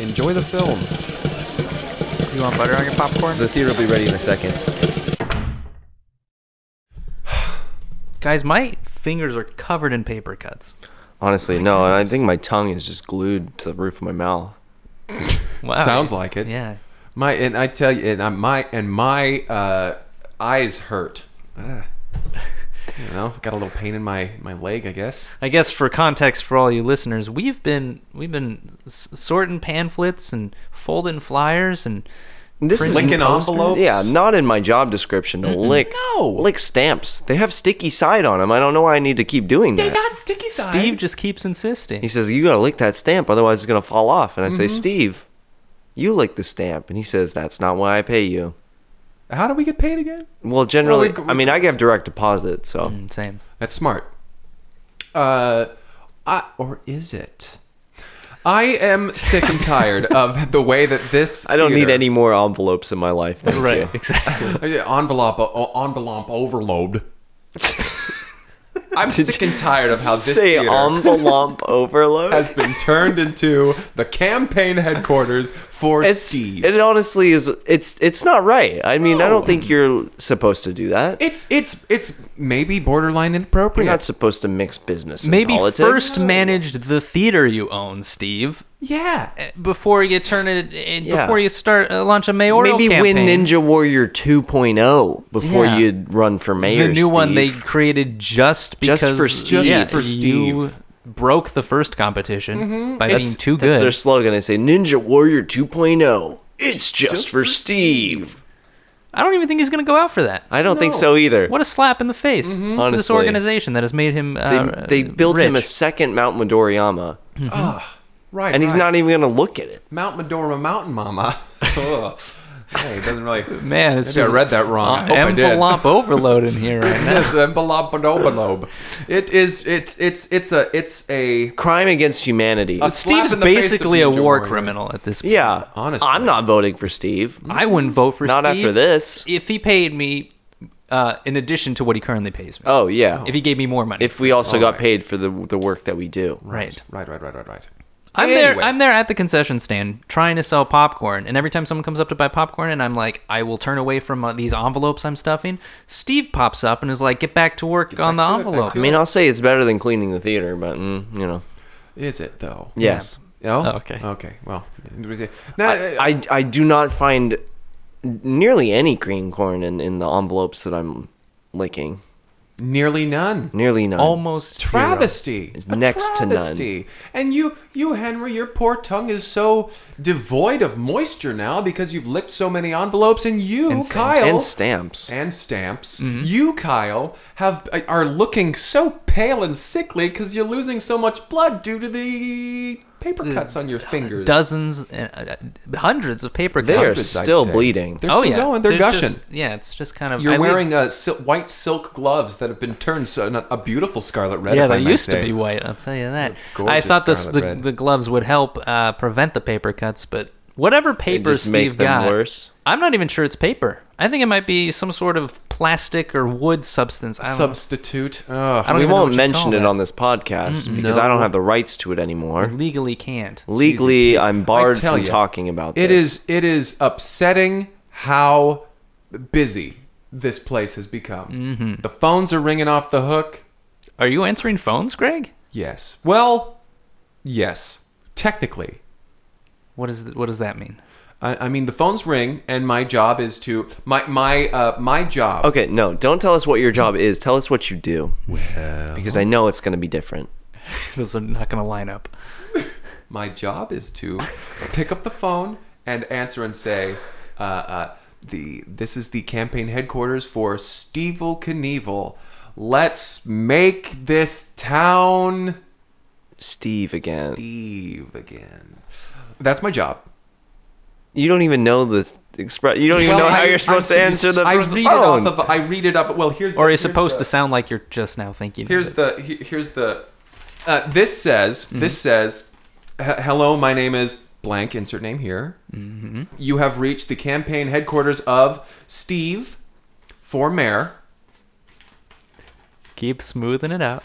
Enjoy the film. You want butter on your popcorn? The theater will be ready in a second. Guys, my fingers are covered in paper cuts. Honestly, no. and I think my tongue is just glued to the roof of my mouth. Wow. Sounds like it. Yeah. My and I tell you, and I, my and my uh, eyes hurt. Ah. You know, got a little pain in my my leg, I guess. I guess for context for all you listeners, we've been we've been s- sorting pamphlets and folding flyers and This is- printing Licking posters. envelopes. Yeah, not in my job description to lick No. lick stamps. They have sticky side on them. I don't know why I need to keep doing that. sticky side. Steve just keeps insisting. He says, You gotta lick that stamp, otherwise it's gonna fall off. And I Mm-hmm. say, Steve, you lick the stamp. And he says, That's not why I pay you. How do we get paid again? Well, generally, we've- Mm. I mean, I have direct deposit, so. Same. That's smart. Uh, I, or is it? I am sick and tired of the way that this. I don't need theater- any more envelopes in my life. Thank You. Exactly. Uh, yeah, envelope uh, envelope overload. I'm sick and tired of how this Say theater envelope overload. has been turned into the campaign headquarters for it's, Steve. It honestly is. It's it's not right. I mean, I don't think you're supposed to do that. it's it's it's maybe borderline inappropriate. you're not supposed to mix business. And Maybe politics. first managed the theater you own, Steve, yeah. before you turn it in, Yeah. before you start uh, launch a mayoral Maybe campaign. win Ninja Warrior 2.0 before Yeah. you run for mayor. the new one they Steve. created just because Just for Steve. yeah, Just for you Steve. broke the first competition by being too That's their good. slogan. They say Ninja Warrior 2.0. It's just, for Steve. I don't even think he's going to go out for that. I don't think so either. What a slap in the face to this Honestly. organization that has made him. Uh, they, they built him a rich. second Mount Midoriyama, Right. and he's not even going to look at it. Mount Medora Mountain Mama. Ugh. hey, it doesn't really man. It's Maybe I just read that wrong. I uh, hope I did. envelope overload in here right now. Yes, envelope It is it's it's it's a it's a Crime against humanity. A slap Steve's in the face of basically a Ninja war Warrior. criminal at this point. yeah, honestly. I'm not voting for Steve. I wouldn't vote for Not Steve. after this. If he paid me, uh, in addition to what he currently pays me, Oh yeah. if he gave me more money, If we also Oh, got right. paid for the the work that we do. right. Right, right, right, right, right. I'm there. Anyway. I'm there at the concession stand trying to sell popcorn, and every time someone comes up to buy popcorn, and I'm like, I will turn away from uh, these envelopes I'm stuffing. Steve pops up and is like, "Get back to work on back the to it, back envelope." to I mean, I'll say it's better than cleaning the theater, but mm, you know, Is it though? yes. No. Oh, okay. Okay. Well, now, I, I I do not find nearly any green corn in in the envelopes that I'm licking. nearly none. Nearly none. Almost zero. Travesty. It's A next to none. travesty. And you, you Henry, your poor tongue is so devoid of moisture now because you've licked so many envelopes. And you, Kyle, and stamps. and stamps. You, Kyle, have uh, are looking so pale and sickly because you're losing so much blood due to the paper cuts on your fingers. dozens, and, uh, hundreds of paper They are cups. Hundreds, I'd still say. bleeding. They're oh, still going. They're, just- gushing. yeah, it's just kind of. You're I live- wearing uh, sil- white silk gloves that have been turned so, a beautiful scarlet red. yeah, if I they may used to say. be white. I'll tell you that. I Gorgeous thought this scarlet the, red. the gloves would help uh, prevent the paper cuts, but whatever paper just Steve make them got, worse. I'm not even sure it's paper. I think it might be some sort of plastic or wood substance. I don't know. substitute. Ugh. I don't We even know what won't you mention call it that. on this podcast because I don't have the rights to it anymore. Legally can't. Legally, I'm barred I tell from ya, talking about It this. is it is upsetting how busy this place has become. The phones are ringing off the hook. Are you answering phones, Greg? Yes. Well, yes. Technically, What is th- what does that mean? I, I mean the phones ring, and my job is to my my uh, my job. Okay, no, don't tell us what your job is. Tell us what you do. Well, because I know it's going to be different. Those are not going to line up. My job is to pick up the phone and answer and say, uh, uh, "The this is the campaign headquarters for Stevel Knievel. Let's make this town." Steve again. Steve again. That's my job. You don't even know the express. You don't even know how you're supposed to answer the I read it off phone. of. I read it up. Well, here's. Or the, is here's supposed the- to sound like you're just now thinking. of Here's it. the. he- Here's the. Uh, this says. Mm-hmm. This says. "H- Hello, my name is blank. Insert name here. Mm-hmm. You have reached the campaign headquarters of Steve, for mayor. keep smoothing it out.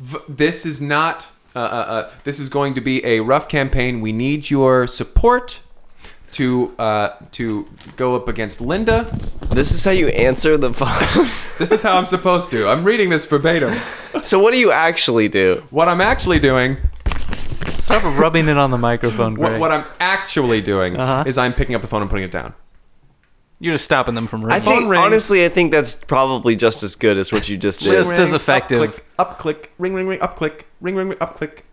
V- this is not uh, uh, uh, this is going to be a rough campaign. We need your support to uh, to go up against Linda. This is how you answer the phone. This is how I'm supposed to. I'm reading this verbatim. so what do you actually do? What I'm actually doing, Stop rubbing it on the microphone, what, Greg. what I'm actually doing, Uh-huh. is I'm picking up the phone and putting it down. You're just stopping them from I ringing. think Phone rings. honestly, I think that's probably just as good as what you just did. Just- as effective. Up click, up click, ring, ring, ring, up click, ring, ring, ring, up click.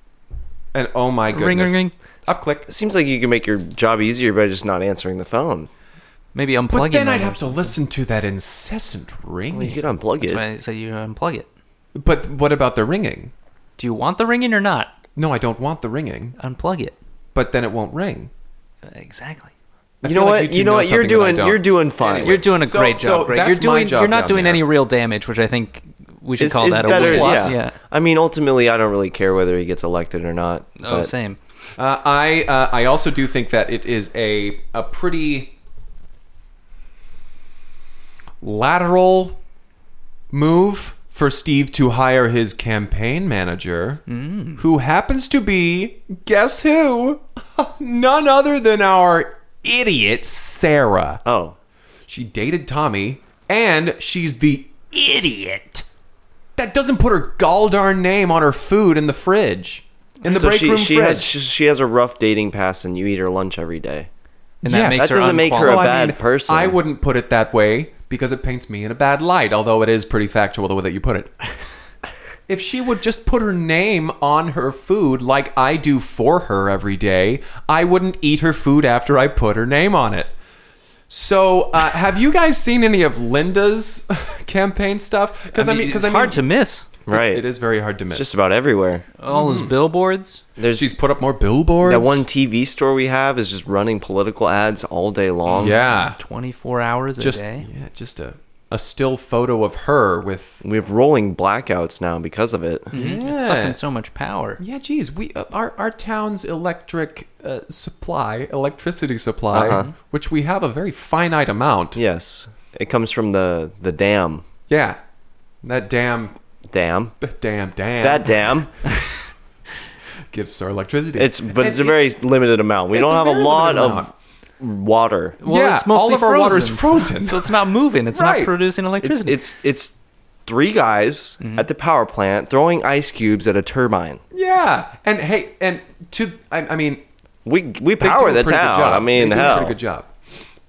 And oh my goodness. Ring, ring, ring. Up click. it seems like you can make your job easier by just not answering the phone. Maybe unplugging. But then them I'd or have to listen to that incessant Well, you ringing. could unplug it. something. That's why I say you unplug it. But what about the ringing? Do you want the ringing or not? No, I don't want the ringing, Unplug it. but then it won't ring. Exactly. I You feel know like what? two You know what? You're something that I doing. don't. You're doing fine. You're doing a So- great so job, Greg. that's you're my doing. job you're not down doing there. any real damage, which I think we should It's- call it's that better, a win. plus. Yeah. I mean, ultimately, I don't really care whether he gets elected or not. Oh, but same. Uh, I uh, I also do think that it is a a pretty lateral move for Steve to hire his campaign manager, Mm. who happens to be guess who, none other than our idiot Sarah. Oh, She dated Tommy, and she's the idiot that doesn't put her gall darn name on her food in the fridge. In the so break she room she fridge. has she, she has a rough dating past, and you eat her lunch every day. And Yes. that makes That her doesn't make her a unqualified. Well, bad person. I wouldn't put it that way because it paints me in a bad light, although it is pretty factual the way that you put it. if she would just put her name on her food like I do for her every day, I wouldn't eat her food after I put her name on it. So, uh, have you guys seen any of Linda's campaign stuff? Because I mean, because it's I mean, hard to miss. Right. It is very hard to miss. Just about everywhere. All hmm. those billboards. There's She's put up more billboards. that one TV store we have is just running political ads all day long. Yeah. 24 hours a Just day. yeah, just a a still photo of her with We have rolling blackouts now because of it. Mm-hmm. It's sucking so much power. Yeah, geez, we uh, our our town's electric uh, supply, electricity supply, Uh-huh. which we have a very finite amount. Yeah. Yes, it comes from the the dam. that damn, Dam. that damn, damn That dam. gives our electricity. It's but it's a it- very limited amount. We it's don't a have a very lot limited of water. Well, Yeah, it's mostly all of our water is frozen. so it's not moving. It's Right. not producing It's electricity. it's it's three guys at the power plant throwing ice cubes at a turbine. yeah, and hey, and to I, I mean, We we they do power a the pretty good town. job. I mean, they do a hell. pretty good job.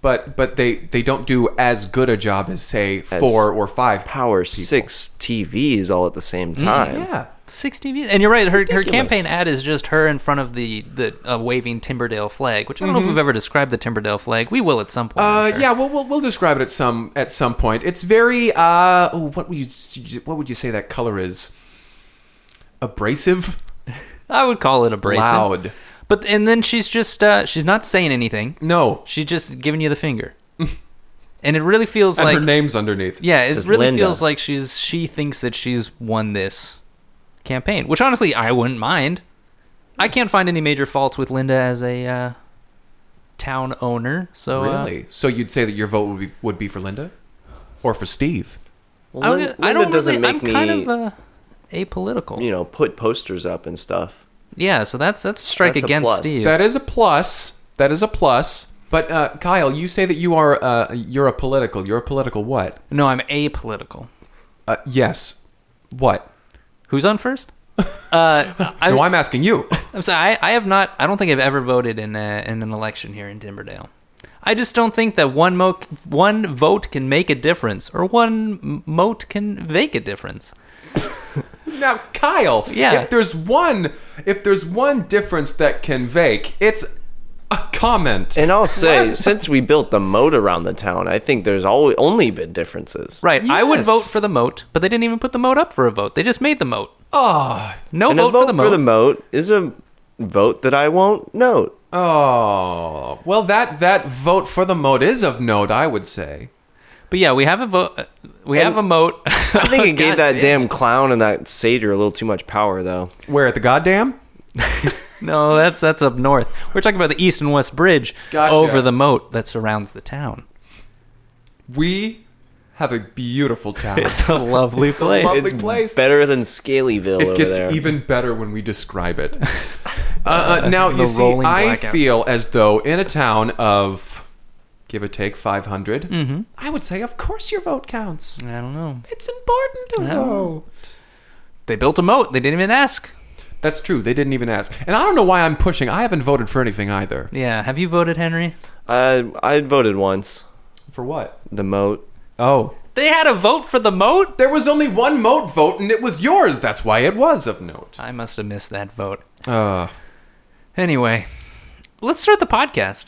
But but they they don't do as good a job as say four or five. Power six TVs all at the same time. Yeah, 60 views. And you're right. Her, her ridiculous. campaign ad is just her in front of the, the uh, waving Timberdale flag, which I don't know if we've ever described the Timberdale flag. We will at some point. I'm Mm-hmm. Uh, sure. yeah, we'll, we'll we'll describe it at some at some point. It's very uh, oh, what would you s- what would you say that color is? Abrasive, I would call it abrasive. loud. But and then she's just uh, she's not saying anything. No, She's just giving you the finger. and it really feels and like her name's underneath. yeah, it says really Linda. feels like she's she thinks that she's won this campaign, which honestly I wouldn't mind. I can't find any major faults with Linda as a uh, town owner. So uh, really. So you'd say that your vote would be would be for Linda, or for Steve? Well, I, would- Lin- I Linda don't doesn't really, I'm make me kind of uh, apolitical. you know put posters up and stuff. yeah, so that's that's a strike That's a against plus. Steve. That is a plus. That is a plus. But uh, Kyle, you say that you are uh, you're a political. You're a political what? no, I'm apolitical. Uh, yes. What? Who's on first? Uh, I, no, I'm asking you. I'm sorry. I, I have not. I don't think I've ever voted in a, in an election here in Timberdale. I just don't think that one mo- one vote can make a difference, or one m- moat can make a difference. Now, Kyle, Yeah. if there's one if there's one difference that can vake, it's a comment. And I'll say, since we built the moat around the town, I think there's always only been differences. Right. I would Yes. vote for the moat, but they didn't even put the moat up for a vote. They just made the moat. oh, No And vote, a vote for the moat. moat is a vote that I won't note. oh. Well, that that vote for the moat is of note, I would say. but yeah, we have a vote. uh, We have a moat. I think Oh, it gave that damn clown and that satyr a little too much power, though. Where at the goddamn? No, that's that's up north. We're talking about the east and west bridge Gotcha. over the moat that surrounds the town. We have a beautiful town. It's a lovely place. lovely It's- place. Better than Scalyville over It gets there. even better when we describe it. uh, uh, now the you see, rolling I blackouts. feel as though in a town of give or take 500, Mm-hmm. I would say, of course, your vote counts. I don't know. It's important to No. vote. They built a moat. They didn't even ask. That's true. They didn't even ask, and I don't know why I'm pushing. I haven't voted for anything either. Yeah. Have you voted, Henry? I I voted once. For what? The moat. Oh, They had a vote for the moat. there was only one moat vote, and it was yours. That's why it was of note. I must have missed that vote. Uh, Anyway, let's start the podcast.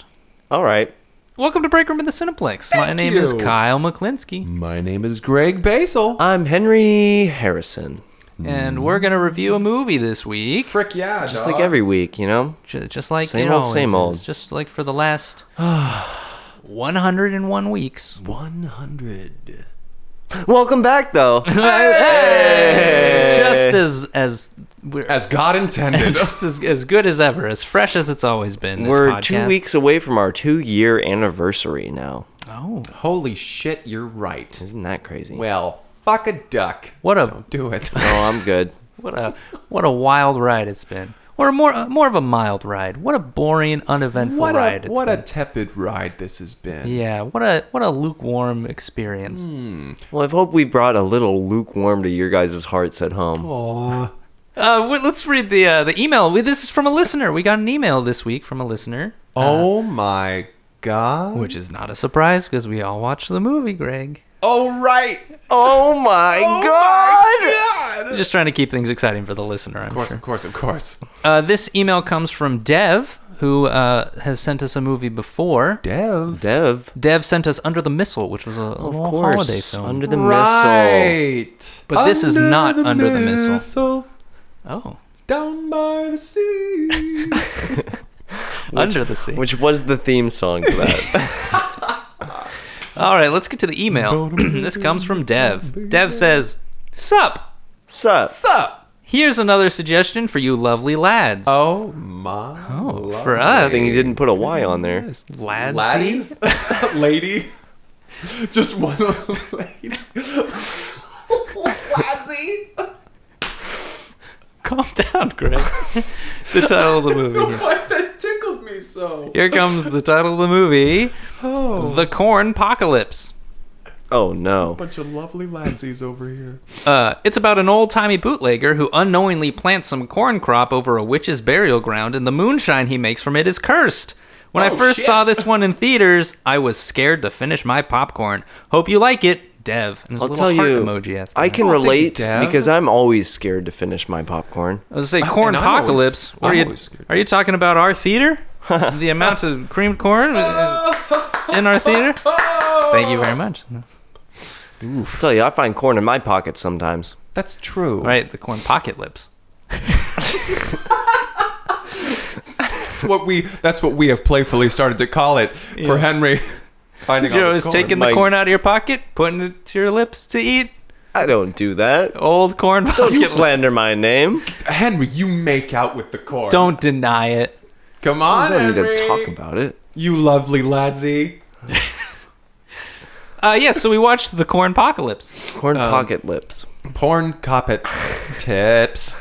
All right. Welcome to Break Room in the Cineplex. My name is you. Kyle McClinsky, my name is Greg Basil. I'm Henry Harrison. Mm-hmm. and we're gonna review a movie this week. Frick yeah, Just like every week, you know. Ju- just like Same it old, always same is. old. Just like for the last 101 weeks. one hundred. Welcome back, though. Just as as we're As God intended. just as, as good as ever, as fresh as it's always been. This We're podcast. two weeks away from our two-year anniversary now. Oh, Holy shit, you're right. Isn't that crazy? Well, fuck a duck. what a Don't do it. Oh, I'm good. what a what a wild ride it's been. Or a more uh, more of a mild ride. What a boring, uneventful what ride. a it's what a been. tepid ride this has been. yeah. What a what a lukewarm experience. Well, I hope we brought a little lukewarm to your guys' hearts at home. Aw. Uh, wait, let's read the uh, the email. We- This is from a listener. We got an email this week from a listener. Oh my god. Which is not a surprise because we all watched the movie, Greg. oh right. Oh Oh my God. Of Just trying to keep things exciting for the listener, I'm course, sure. of course, of course. Uh, this email comes from Dev, who uh, has sent us a movie before. Dev. Dev, Dev sent us Under the Missile, which was a, a of little course, holiday film. under the missile. Right. But this is not Under the Missile. oh, Down by the sea. Under the Sea. Which was the theme song for that. All right, let's get to the email. this comes from Dev. Dev says, Sup, Sup? Sup? here's another suggestion for you lovely lads. Oh my. Oh, lord. for us. Thing you didn't put a Y on there. Yes. Ladsies? Laddies? lady. Just one lady. Ladsie. Calm down, Greg. the title of the movie. here. Why that tickled me so? Here comes the title of the movie Oh, The Corn Apocalypse. Oh no. bunch of lovely ladsies over here. Uh, it's about an old timey bootlegger who unknowingly plants some corn crop over a witch's burial ground, and the moonshine he makes from it is cursed. When I Oh, first shit. saw this one in theaters, I was scared to finish my popcorn. Hope you like it, Dev. And there's a I'll little tell heart you, emoji after I that. can Oh, thank you, relate Dev. because I'm always scared to finish my popcorn. I was gonna say corn and I'm always- apocalypse. I'm are you always scared. are you talking about our theater? the amount of creamed corn uh, in our theater? Thank you very much. All I'll tell you, I find corn in my pocket sometimes. That's true. right, the corn pocket lips. That's what we. That's what we have playfully started to call it for Henry. Finding You're all this always corn. taking the Mike. corn out of your pocket, putting it to your lips to eat. I don't do that. Old corn pocket. You lips. slander my name. Henry, you make out with the corn. Don't deny it. come I on, don't need Henry. to talk about it. You lovely ladsie. Uh, yeah, so we watched the corn apocalypse. Corn Um, pocket lips. Porn carpet tips.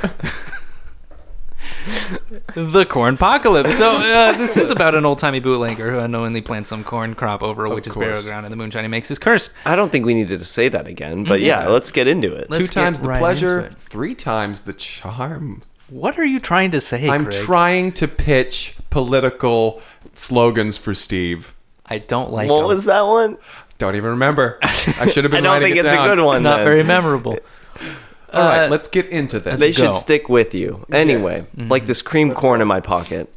The corn apocalypse. So uh, this is about an old timey bootlegger who unknowingly plants some corn crop over a witch's burial course. ground, and the moonshine he makes is cursed. I don't think we needed to say that again, but yeah, let's get into it. Let's Two get times the right pleasure, into it. three times the charm. What are you trying to say? I'm Greg? trying to pitch political slogans for Steve. I don't like. What them. was that one? Don't even remember. I should have I been. don't writing think it it's down. a good one. not then. very memorable. All right, Uh, let's get into this. They Let's go. should stick with you. Anyway, Mm-hmm. like this cream corn in my pocket.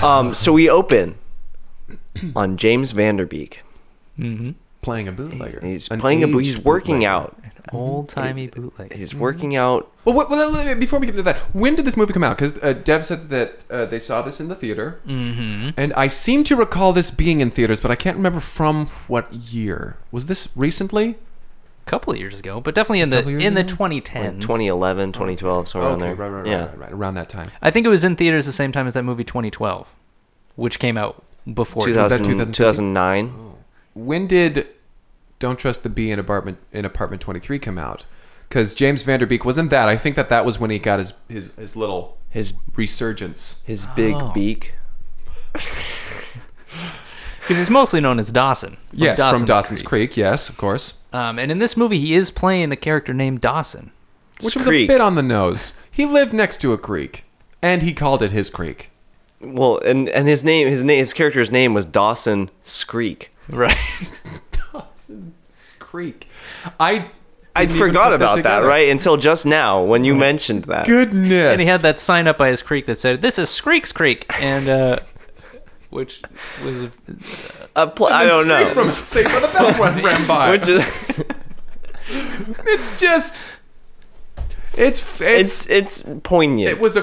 Um, so we open on James Vanderbeek. playing a bootlegger. He's An playing a boot. He's aged working bootlegger. out. Old timey bootleg. Mm-hmm. He's working out. Well, what, well, let- let- before we get into that, when did this movie come out? Because uh, Dev said that uh, they saw this in the theater, mm-hmm. and I seem to recall this being in theaters, but I can't remember from what year. Was this recently? A couple of years ago, but definitely in the Couple years in the ago? 2010s. 2011, 2012, somewhere around there. right, right, right, yeah. right, right, around that time. I think it was in theaters the same time as that movie 2012, which came out before. 2000, 2015? 2009. When did "Don't Trust the Bee" in apartment in apartment twenty three come out because James Vanderbeek wasn't that. I think that that was when he got his his, his little His resurgence. his big Oh. beak. because he's mostly known as Dawson. from yes, from Dawson's Creek. Yes, of course. Um, and in this movie, he is playing a character named Dawson. Which His was creek. a bit on the nose. He lived next to a creek, and he called it his creek. Well, and and his name, his name, his character's name was Dawson Screek. Right. It's creek. I I didn't even forgot put about that, together. right? Until just now when you mentioned that. Goodness. and he had that sign up by his creek that said, "This is Screek's Creek," and uh, which was a- A pl- I don't know. From Saved by the Bell when ran by. Which is it's just. It's it's. it's it's poignant. it was a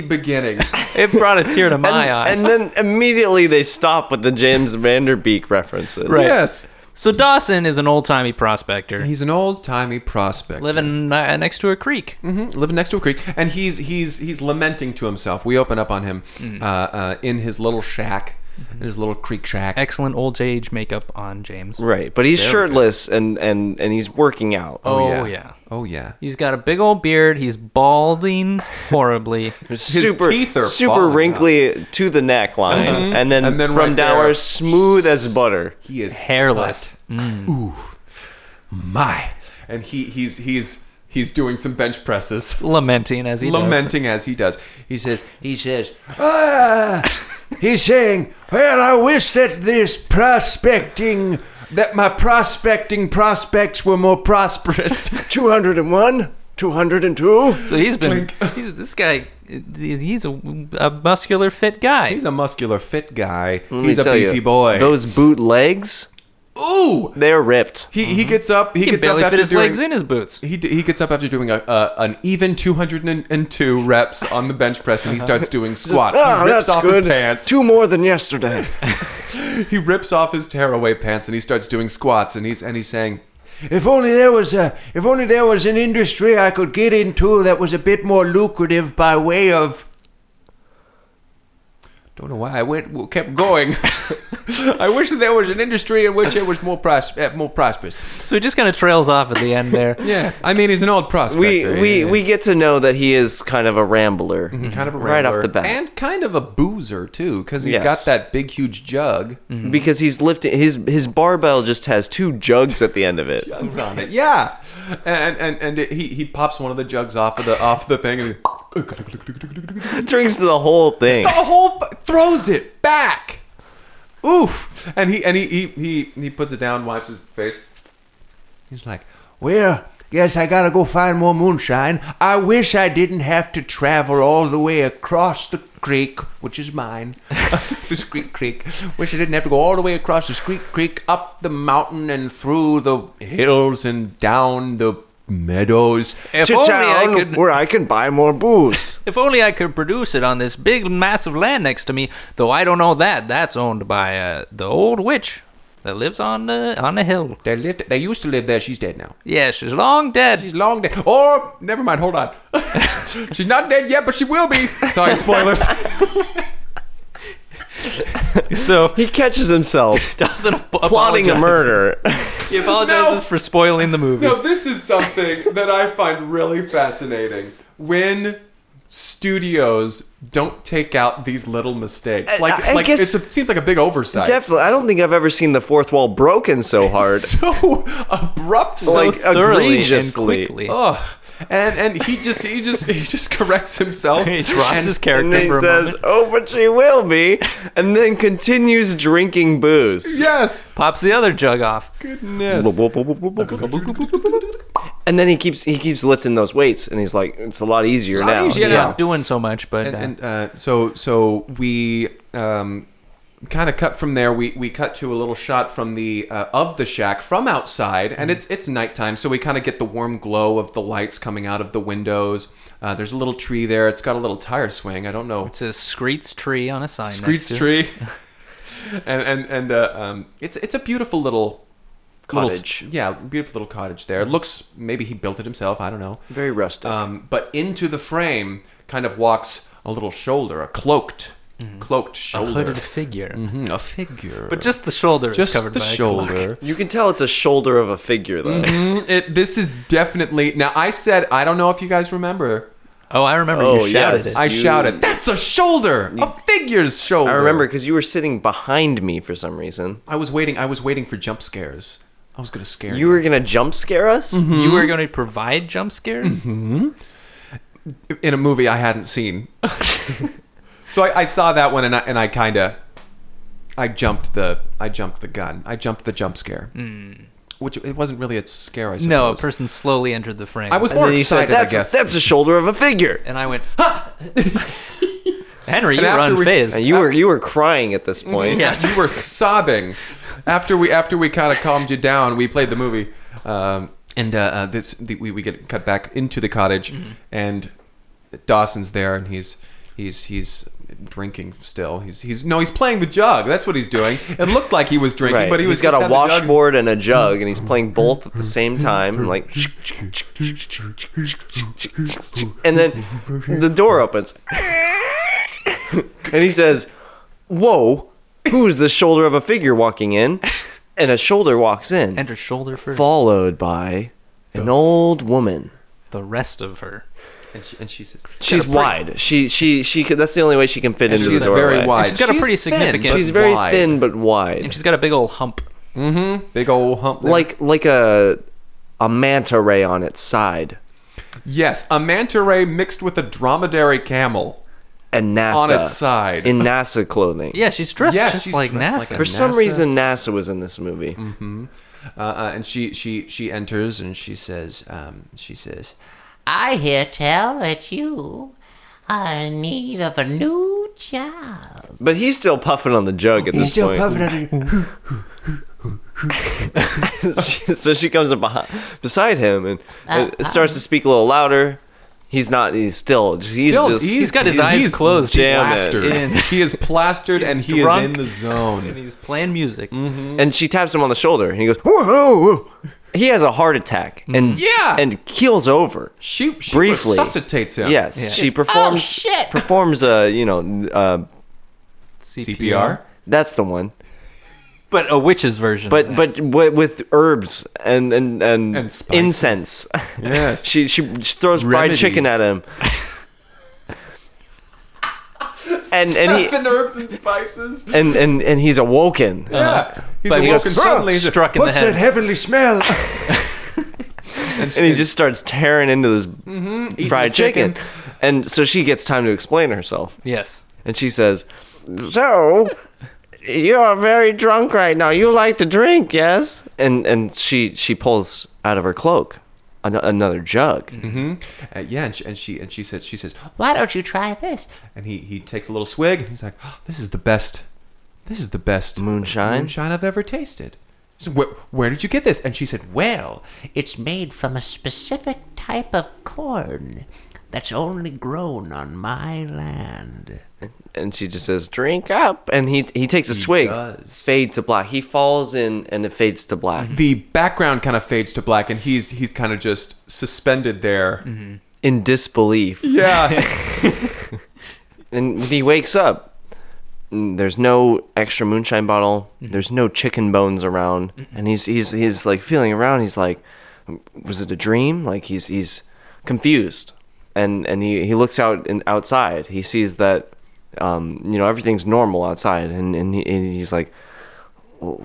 beginning. it brought a tear to and, my eye. and then immediately they stop with the James Vanderbeek references. Right. Yes. so Dawson is an old timey prospector He's an old timey prospect. Hmm, living uh, next to a creek. living next to a creek, and he's he's he's lamenting to himself. We open up on him Mm. uh, uh, in his little shack, Mm-hmm. in his little creek shack. Excellent old age makeup on James. Right, but he's shirtless and and and he's working out. Oh, yeah. Oh yeah. He's got a big old beard. He's balding horribly. super teeth are super falling out. Uh-huh. wrinkly to the neckline, and then And then from right down there- are smooth as butter. He is Hairless. my, and he he's he's he's doing some bench presses. Lamenting as he does. lamenting as he does. He says, he says, ah, he's saying, well, I wish that this prospecting, that my prospecting prospects were more prosperous. Two hundred and one, two hundred and two. So he's been. He's, this guy, he's a, a muscular, fit guy. he's a muscular, fit guy. Let me he's a tell you, beefy boy. Those boot legs, Ooh, they're ripped. he, he gets up. He, He can gets up barely after fit his doing, legs in his boots. He, d- he gets up after doing a, a an even 202 reps on the bench press and he starts doing squats. He Ah, rips that's off good. his pants. Two more than yesterday. he rips off his tearaway pants and he starts doing squats and he's and he's saying if only there was a if only there was an industry I could get into that was a bit more lucrative by way of don't know why I went well, kept going. I wish that there was an industry in which it was more pros- uh, more prosperous. So he just kind of trails off at the end there. Yeah, I mean he's an old prospect. we we we get to know that he is kind of a rambler, kind of a right off rambler the bat, Mm-hmm. and kind of a boozer too because he's Yes. Mm-hmm. got that big huge jug because he's lifting his his barbell just has two jugs at the end of it. jugs on it. Yeah, and and and it, he he pops one of the jugs off of the off the thing and Drinks the whole thing. the whole fu- throws it back. Oof! And he and he he he, he puts it down, wipes his face. He's like, "Well, guess I gotta go find more moonshine. I wish I didn't have to travel all the way across the creek, which is mine, this creek creek. Wish I didn't have to go all the way across this creek creek, up the mountain and through the hills and down the meadows. If to only town I could. where I can buy more booze. If only I could produce it on this big mass of land next to me, though I don't know that. That's owned by uh, the old witch that lives on the on the hill. They lived. They used to live there. She's dead now. Yeah, she's long dead. She's long dead. Or never mind. Hold on. She's not dead yet, but she will be. Sorry, spoilers. so He catches himself Dawson ap- plotting a apologizes. murder. He apologizes No. for spoiling the movie. no, this is something that I find really fascinating. When studios don't take out these little mistakes, like I- I like guess- it's a, seems like a big oversight. Definitely, I don't think I've ever seen the fourth wall broken so hard. so abruptly. like, thoroughly and egregiously. quickly. Ugh. And and he just he just he just corrects himself. He drops And- his And character then for he a says, moment. "Oh, but she will be," and then continues drinking booze. Yes. Pops the other jug off. Goodness. And then he keeps he keeps lifting those weights, and he's like, "It's a lot easier lot now." easier You're now. not doing so much, but uh, and, and uh, so so we um, kind of cut from there. We we cut to a little shot from the uh, of the shack from outside, Mm-hmm. and it's it's nighttime, so we kind of get the warm glow of the lights coming out of the windows. Uh, there's a little tree there. It's got a little tire swing. I don't know. it's a Screet's tree on a sign. next to Screech it. tree. and and and uh, um, it's it's a beautiful little. little s- Cottage. yeah, beautiful little cottage there. It looks maybe he built it himself. I don't know. Very Uh, rustic. Um, but into the frame kind of walks a little shoulder, a cloaked cloaked Mm-hmm. A shoulder, hooded figure. Mhm, a figure, But just the shoulder just is covered the by a cloak. shoulder. You can tell it's a shoulder of a figure, though. Mm, it, this is definitely now. I said I don't know if you guys remember. Oh, I remember Oh, you shouted yes. it. I You- shouted, "That's a shoulder, a figure's shoulder." I remember because you were sitting behind me for some reason. I was waiting. I was waiting for jump scares. I was gonna scare You you. were gonna jump scare us? Mm-hmm. You were going to provide jump scares? in a movie I hadn't seen. so I, I saw that one and I and I kind of I jumped the I jumped the gun. I jumped the jump scare, Hmm. which it wasn't really a scare. I suppose. No, a person slowly entered the frame. I was And more then you said, excited. I that's, guess. that's a shoulder of a figure. and I went, ha! Henry, you And were after we- unfazed. And you were you were crying at this point. Yeah. you were sobbing after we after we kind of calmed you down. We played the movie, um, and uh, uh, this the, we we get cut back into the cottage, and Dawson's there, and he's he's he's drinking still. He's he's no, he's playing the jug. That's what he's doing. It looked like he was drinking, Right. but he was he's got a just had the jug. washboard and a jug, and he's playing both at the same time, and like, and then the door opens, and he says, "Whoa, who is the shoulder of a figure walking in?" And a shoulder walks in, Enter shoulder first. followed by an old woman. The rest of her. And she, and she says, She's wide. She she she. could- That's the only way she can fit into She's the doorway. very wide. she's got a pretty thin, significant- but She's very wide. thin but wide. And she's got a big old hump. Mm-hmm. Big old hump. there. like like a a manta ray on its side. yes, a manta ray mixed with a dromedary camel. And NASA On its side. in NASA clothing. Yeah, she's dressed Yeah, just she's like dressed NASA. like For a- some NASA. reason, NASA was in this movie. Uh, uh, and she she she enters and she says um, she says I hear tell that you are in need of a new job. But he's still puffing on the jug at this point. She- so she comes up behind, beside him and, Uh, and starts to speak a little louder. He's not. He's still. He's Still, just. he's got his eyes closed. He's Damn it. plastered. In. He is plastered and he drunk. is in the and zone. he's playing music. Mm-hmm. and she taps him on the shoulder, and he goes, "Whoa!" whoa, whoa." He has a heart attack Mm. and Yeah. and keels over. She, she Briefly. resuscitates him. Yes, Yeah. she performs. "Oh, shit." Performs a you know. Uh, CPR. that's the one. But a witch's version. of But that. but wi- with herbs and and and, And spices. incense. Yes. she she just throws fried chicken at him. and and he Stuff Uh, herbs and spices. and and and he's awoken. Yeah. He's But he awoken was suddenly. He's like, struck in the "What's head." that heavenly smell? And he just starts tearing into this fried Mm-hmm. the chicken. chicken. And so she gets time to explain herself. yes. And she says, "So, you are very drunk right now. You like to drink, yes?" And and she she pulls out of her cloak an- another jug. Uh, yeah, and she, and she and she says she says, Why don't you try this? and he he takes a little swig and he's like, "Oh, "This is the best. This is the best Moonshine? moonshine I've ever tasted." He said, where, where did you get this? And she said, "Well, It's made from a specific type of corn that's only grown on my land. And she just says, "Drink up." And he he takes a swig. does. Mm-hmm. Fades to black. He falls in and it fades to black. the background kind of fades to black and he's he's kind of just suspended there Mm-hmm. In disbelief. yeah And when he wakes up, mm, there's no extra moonshine bottle. Mm-hmm. There's no chicken bones around, and he's he's he's like feeling around. He's like, was it a dream? Like he's he's confused, and and he he looks out and outside. He sees that, um, you know, everything's normal outside, and and, he, and he's like, well,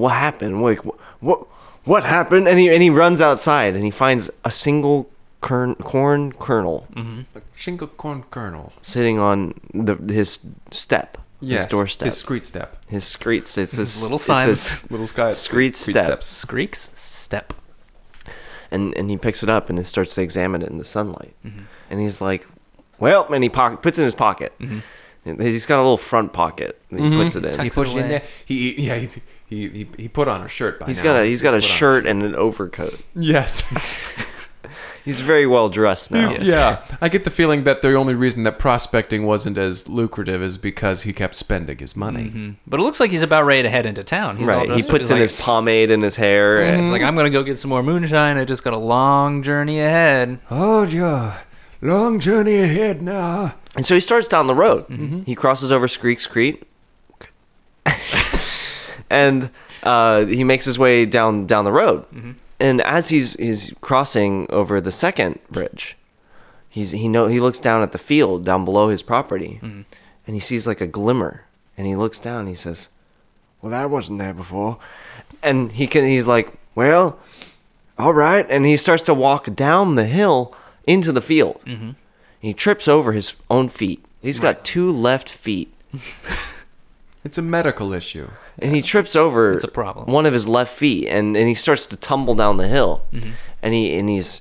what happened? Like wh- what what happened? And he and he runs outside, and he finds a single kern, corn kernel Mm-hmm. shingle corn kernel sitting on the his step, yes his doorstep, his his, street step street. It's his, little it's sign. his- little sky Street step. Screeks step. and and he picks it up and it starts to examine it in the sunlight, Mm-hmm. and he's like, "Well," and he pocket, puts it in his pocket. Mm-hmm. And He's got a little front pocket that he puts it in. he Tucks pushed it in away. there he he- yeah he, he he he put on a shirt by He's now. got a he's got a put on shirt and an overcoat. yes He's very well dressed now. yeah i get the feeling that the only reason that prospecting wasn't as lucrative is because he kept spending his money But it looks like he's about ready to head into town. He's all Right. He dressed up. puts He's in like- his pomade and his hair. It's and like I'm gonna go get some more moonshine. I just got a long journey ahead. oh yeah Long journey ahead now. And so he starts down the road. He crosses over Screeks Creek, and uh, he makes his way down down the road. And as he's he's crossing over the second bridge, he's he know he looks down at the field down below his property, and he sees like a glimmer. And he looks down. And he says, "Well, that wasn't there before." And he can he's like, "Well, all right." And he starts to walk down the hill into the field. He trips over his own feet. He's got two left feet, It's a medical issue. and he trips over It's a problem. one of his left feet, and, and he starts to tumble down the hill, Mm-hmm. and he and he's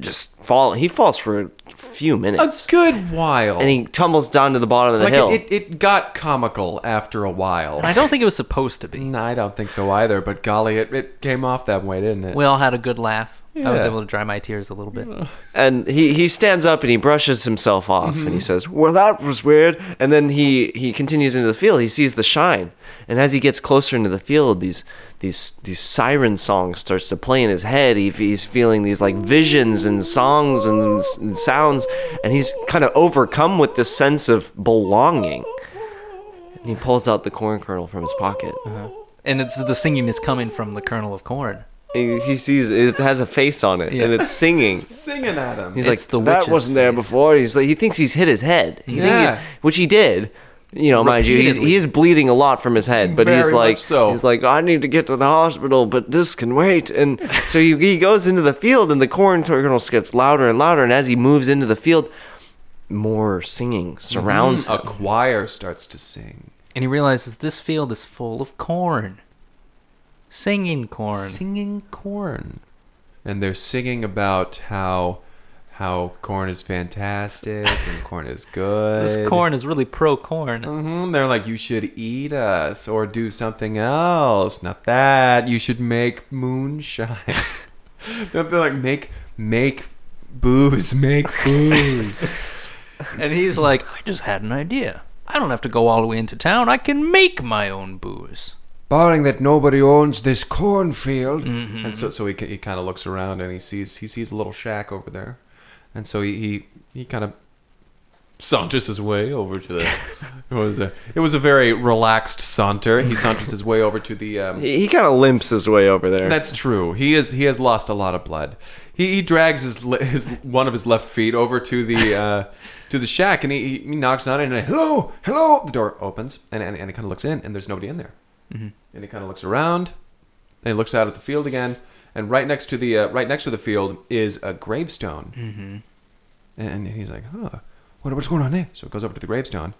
just fall. He falls for a few A minutes, good while. and he tumbles down to the bottom of the like hill. it, it, it got comical after a while. And I don't think it was supposed to be. No, I don't think so either, but golly, it, it came off that way, didn't it? We all had a good laugh. I was Yeah. able to dry my tears a little bit. and he, he stands up and he brushes himself off and he says, "Well, that was weird." And then he he continues into the field. He sees the shine, and as he gets closer into the field, these these these siren songs starts to play in his head. He, he's feeling these like visions and songs and, s- and sounds, and he's kind of overcome with this sense of belonging. And he pulls out the corn kernel from his pocket. And it's the singing is coming from the kernel of corn. And he sees it has a face on it, and Yeah. it's singing. Singing at him. He's It's like, the that witch's wasn't there face." before. He's like, he thinks he's hit his head, He think he- Yeah. which he did. You know, mind you, he's, Repeatedly. he is bleeding a lot from his head, but he's Very like, much so. he's like, I need to get to the hospital, but this can wait. And so he, he goes into the field, and the corn kernel gets louder and louder. And as he moves into the field, more singing surrounds a him. choir starts to sing. And he realizes this field is full of corn. Singing corn. Singing corn. And they're singing about how how corn is fantastic and corn is good. this corn is really pro corn. hmm They're like, you should eat us or do something else. Not that. You should make moonshine. They're like, make, make booze, make booze. And he's like, I just had an idea. I don't have to go all the way into town. I can make my own booze. Barring that nobody owns this cornfield. And so, so he, ki- he kind of looks around and he sees he sees a little shack over there, and so he he, he kind of saunters his way over to the. it was a it was a very relaxed saunter. He saunters his way over to the. Um, He, he kind of limps his way over there. That's true. He is. He has lost a lot of blood. He, he drags his le- his one of his left feet over to the uh, to the shack, and he, he knocks on it, and hello, hello. The door opens, and and, and he kind of looks in, and there's nobody in there. And he kind of looks around, and he looks out at the field again, and right next to the uh, right next to the field is a gravestone. And he's like, huh, what, what's going on there? So he goes over to the gravestone,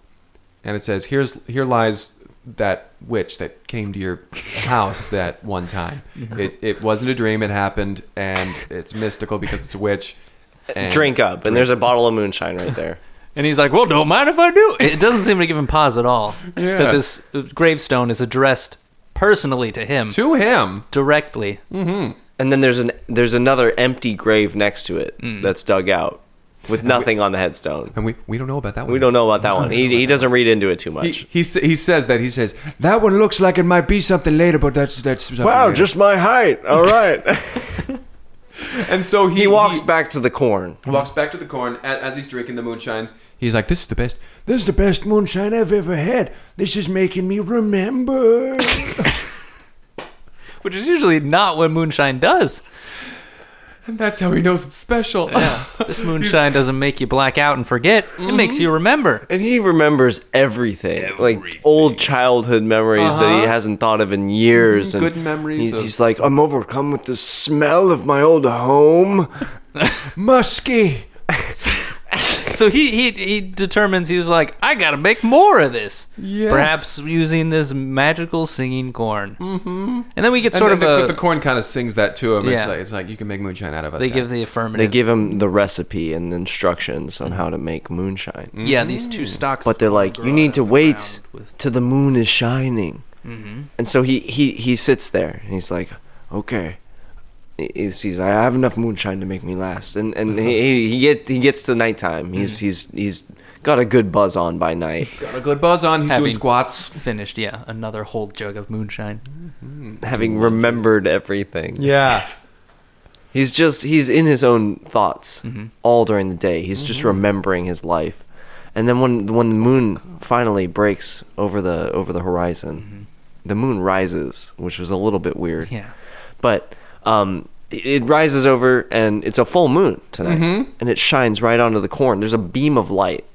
and it says, here's here lies that witch that came to your house that one time. It, it wasn't a dream. It happened, and it's mystical because it's a witch. And Drink up, and there's a bottle of moonshine right there. And he's like, Well, don't mind if I do. It doesn't seem to give him pause at all Yeah. that this uh, gravestone is addressed personally to him to him. directly. and then there's an there's another empty grave next to it that's dug out with nothing on the headstone. And we, we don't know about that one. We don't know about that one. He, he doesn't read into it too He, much. he, sa- he says that he says that one looks like it might be something later, but that's that's something later." my height. All right. and so he, he walks back. back to the corn. Walks back to the corn as, as he's drinking the moonshine. He's like, "This is the best. This is the best moonshine I've ever had. This is making me remember." Which is usually not what moonshine does. and that's how he knows it's special. This moonshine doesn't make you black out and forget. It Mm-hmm. makes you remember. And he remembers everything, like old childhood memories that he hasn't thought of in years. And Uh-huh. Mm-hmm. Good memories He's, of- he's like, I'm overcome with the smell of my old home. Musky. So he, he he determines he was like, I gotta make more of this. Yes. Perhaps using this magical singing corn. Mm-hmm. And then we get sort and, of and the, a. the corn kind of sings that to him. It's, Yeah. like, it's like you can make moonshine out of us. they guy." give the affirmative. They give him the recipe and the instructions on how to make moonshine. Mm-hmm. Yeah, these two stocks. but they're like, grow you out need to of the wait ground with- till the moon is shining. And so he, he, he sits there and he's like, okay. He- He sees I have enough moonshine to make me last, and and he, he get he gets to nighttime. He's he's he's got a good buzz on by night, Got a good buzz on. He's doing Having- squats. Finished, yeah, another Mm-hmm. whole jug of moonshine. having remembered everything. Yeah. He's just he's in his own thoughts all during the day. He's just remembering his life. And then when when the moon finally breaks over the over the horizon, the moon rises, which was a little bit weird. Yeah. But um it rises over and it's a full moon tonight and it shines right onto the corn. There's a beam of light.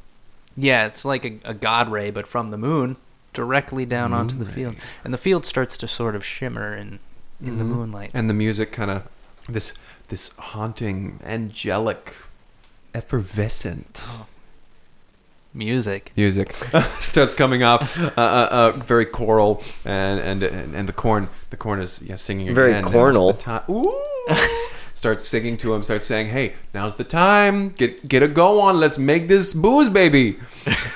Yeah, it's like a, a god ray, but from the moon directly down onto the field, and the field starts to sort of shimmer in in the moonlight. Mm-hmm. and the music kind of this this haunting angelic effervescent Music. music starts coming up uh, uh, uh, very choral and, and and and the corn the corn is yeah singing Very again. Now's the cornal. ti- Ooh. starts singing to him starts saying hey now's the time get get a go on let's make this booze baby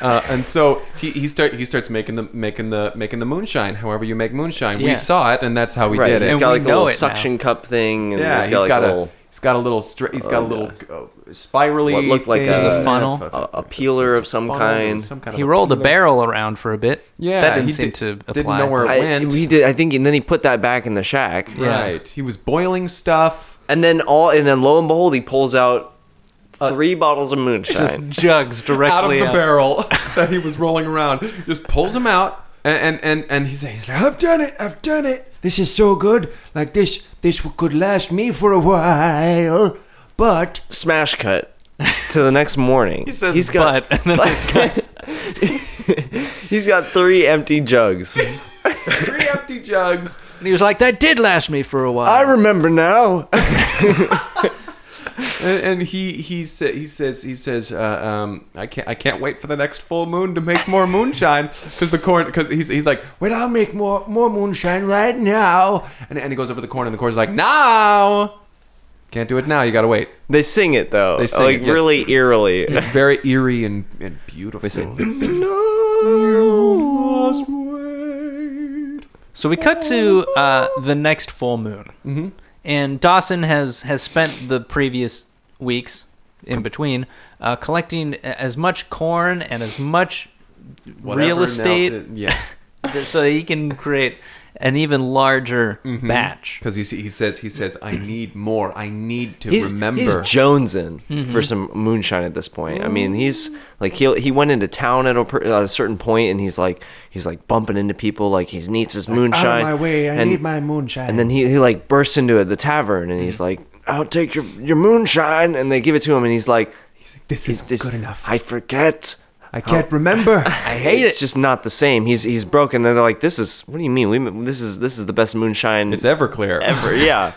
uh, and so he, he start he starts making the making the making the moonshine however you make moonshine we Yeah. saw it and that's how we right. did it He's And got we like a know little it now. suction cup thing and yeah, he's got, like, a, a, little, he's got a little stra- he's got a little uh, spirally What looked like thing. a- There's a funnel. F- f- a, a peeler of some funnel, kind. some kind He of rolled a peeler. barrel around for a bit. Yeah, that didn't he seem did- to apply. didn't know where it I, went. He did. I think, and then he put that back in the shack. Yeah. Right. He was boiling stuff. And then all, and then lo and behold, he pulls out Uh, three bottles of moonshine. just jugs directly out of the up. barrel that he was rolling around. Just pulls him out, and and and, and he's saying, "I've done it, I've done it. This is so good. Like this, this could last me for a while." But Smash cut to the next morning. He says, he's got, "But," and then he's got three empty jugs. three empty jugs. And he was like, "That did last me for a while." I remember now. and, and he he sa- he says he says uh, um, I can't I can't wait for the next full moon to make more moonshine because the corn because he's he's like wait I'll make more more moonshine right now and and he goes over the corn and the corn's like now can't do it now you gotta wait They sing it though. They sing like it, yes. really eerily. it's very eerie and and beautiful. So we cut to uh, the next full moon, mm-hmm. and Dawson has has spent the previous weeks in between uh, collecting a- as much corn and as much Whatever, real now- estate, uh, yeah th- so he can create an even larger Mm-hmm. batch. because he he says he says I need more I need to He's, he's remember jonesing for some moonshine at this point. I mean, he's like he he went into town at a, per- at a certain point, and he's like he's like bumping into people like he needs his moonshine. my way, I and, need my moonshine. And then he he like bursts into the tavern, and he's like, "I'll take your your moonshine," and they give it to him, and he's like, he's like, this is "This good enough I forget." I can't remember. I hate it's it. just not the same. He's he's broken. They're like, "This is what do you mean? We this is this is the best moonshine it's Everclear ever. Yeah.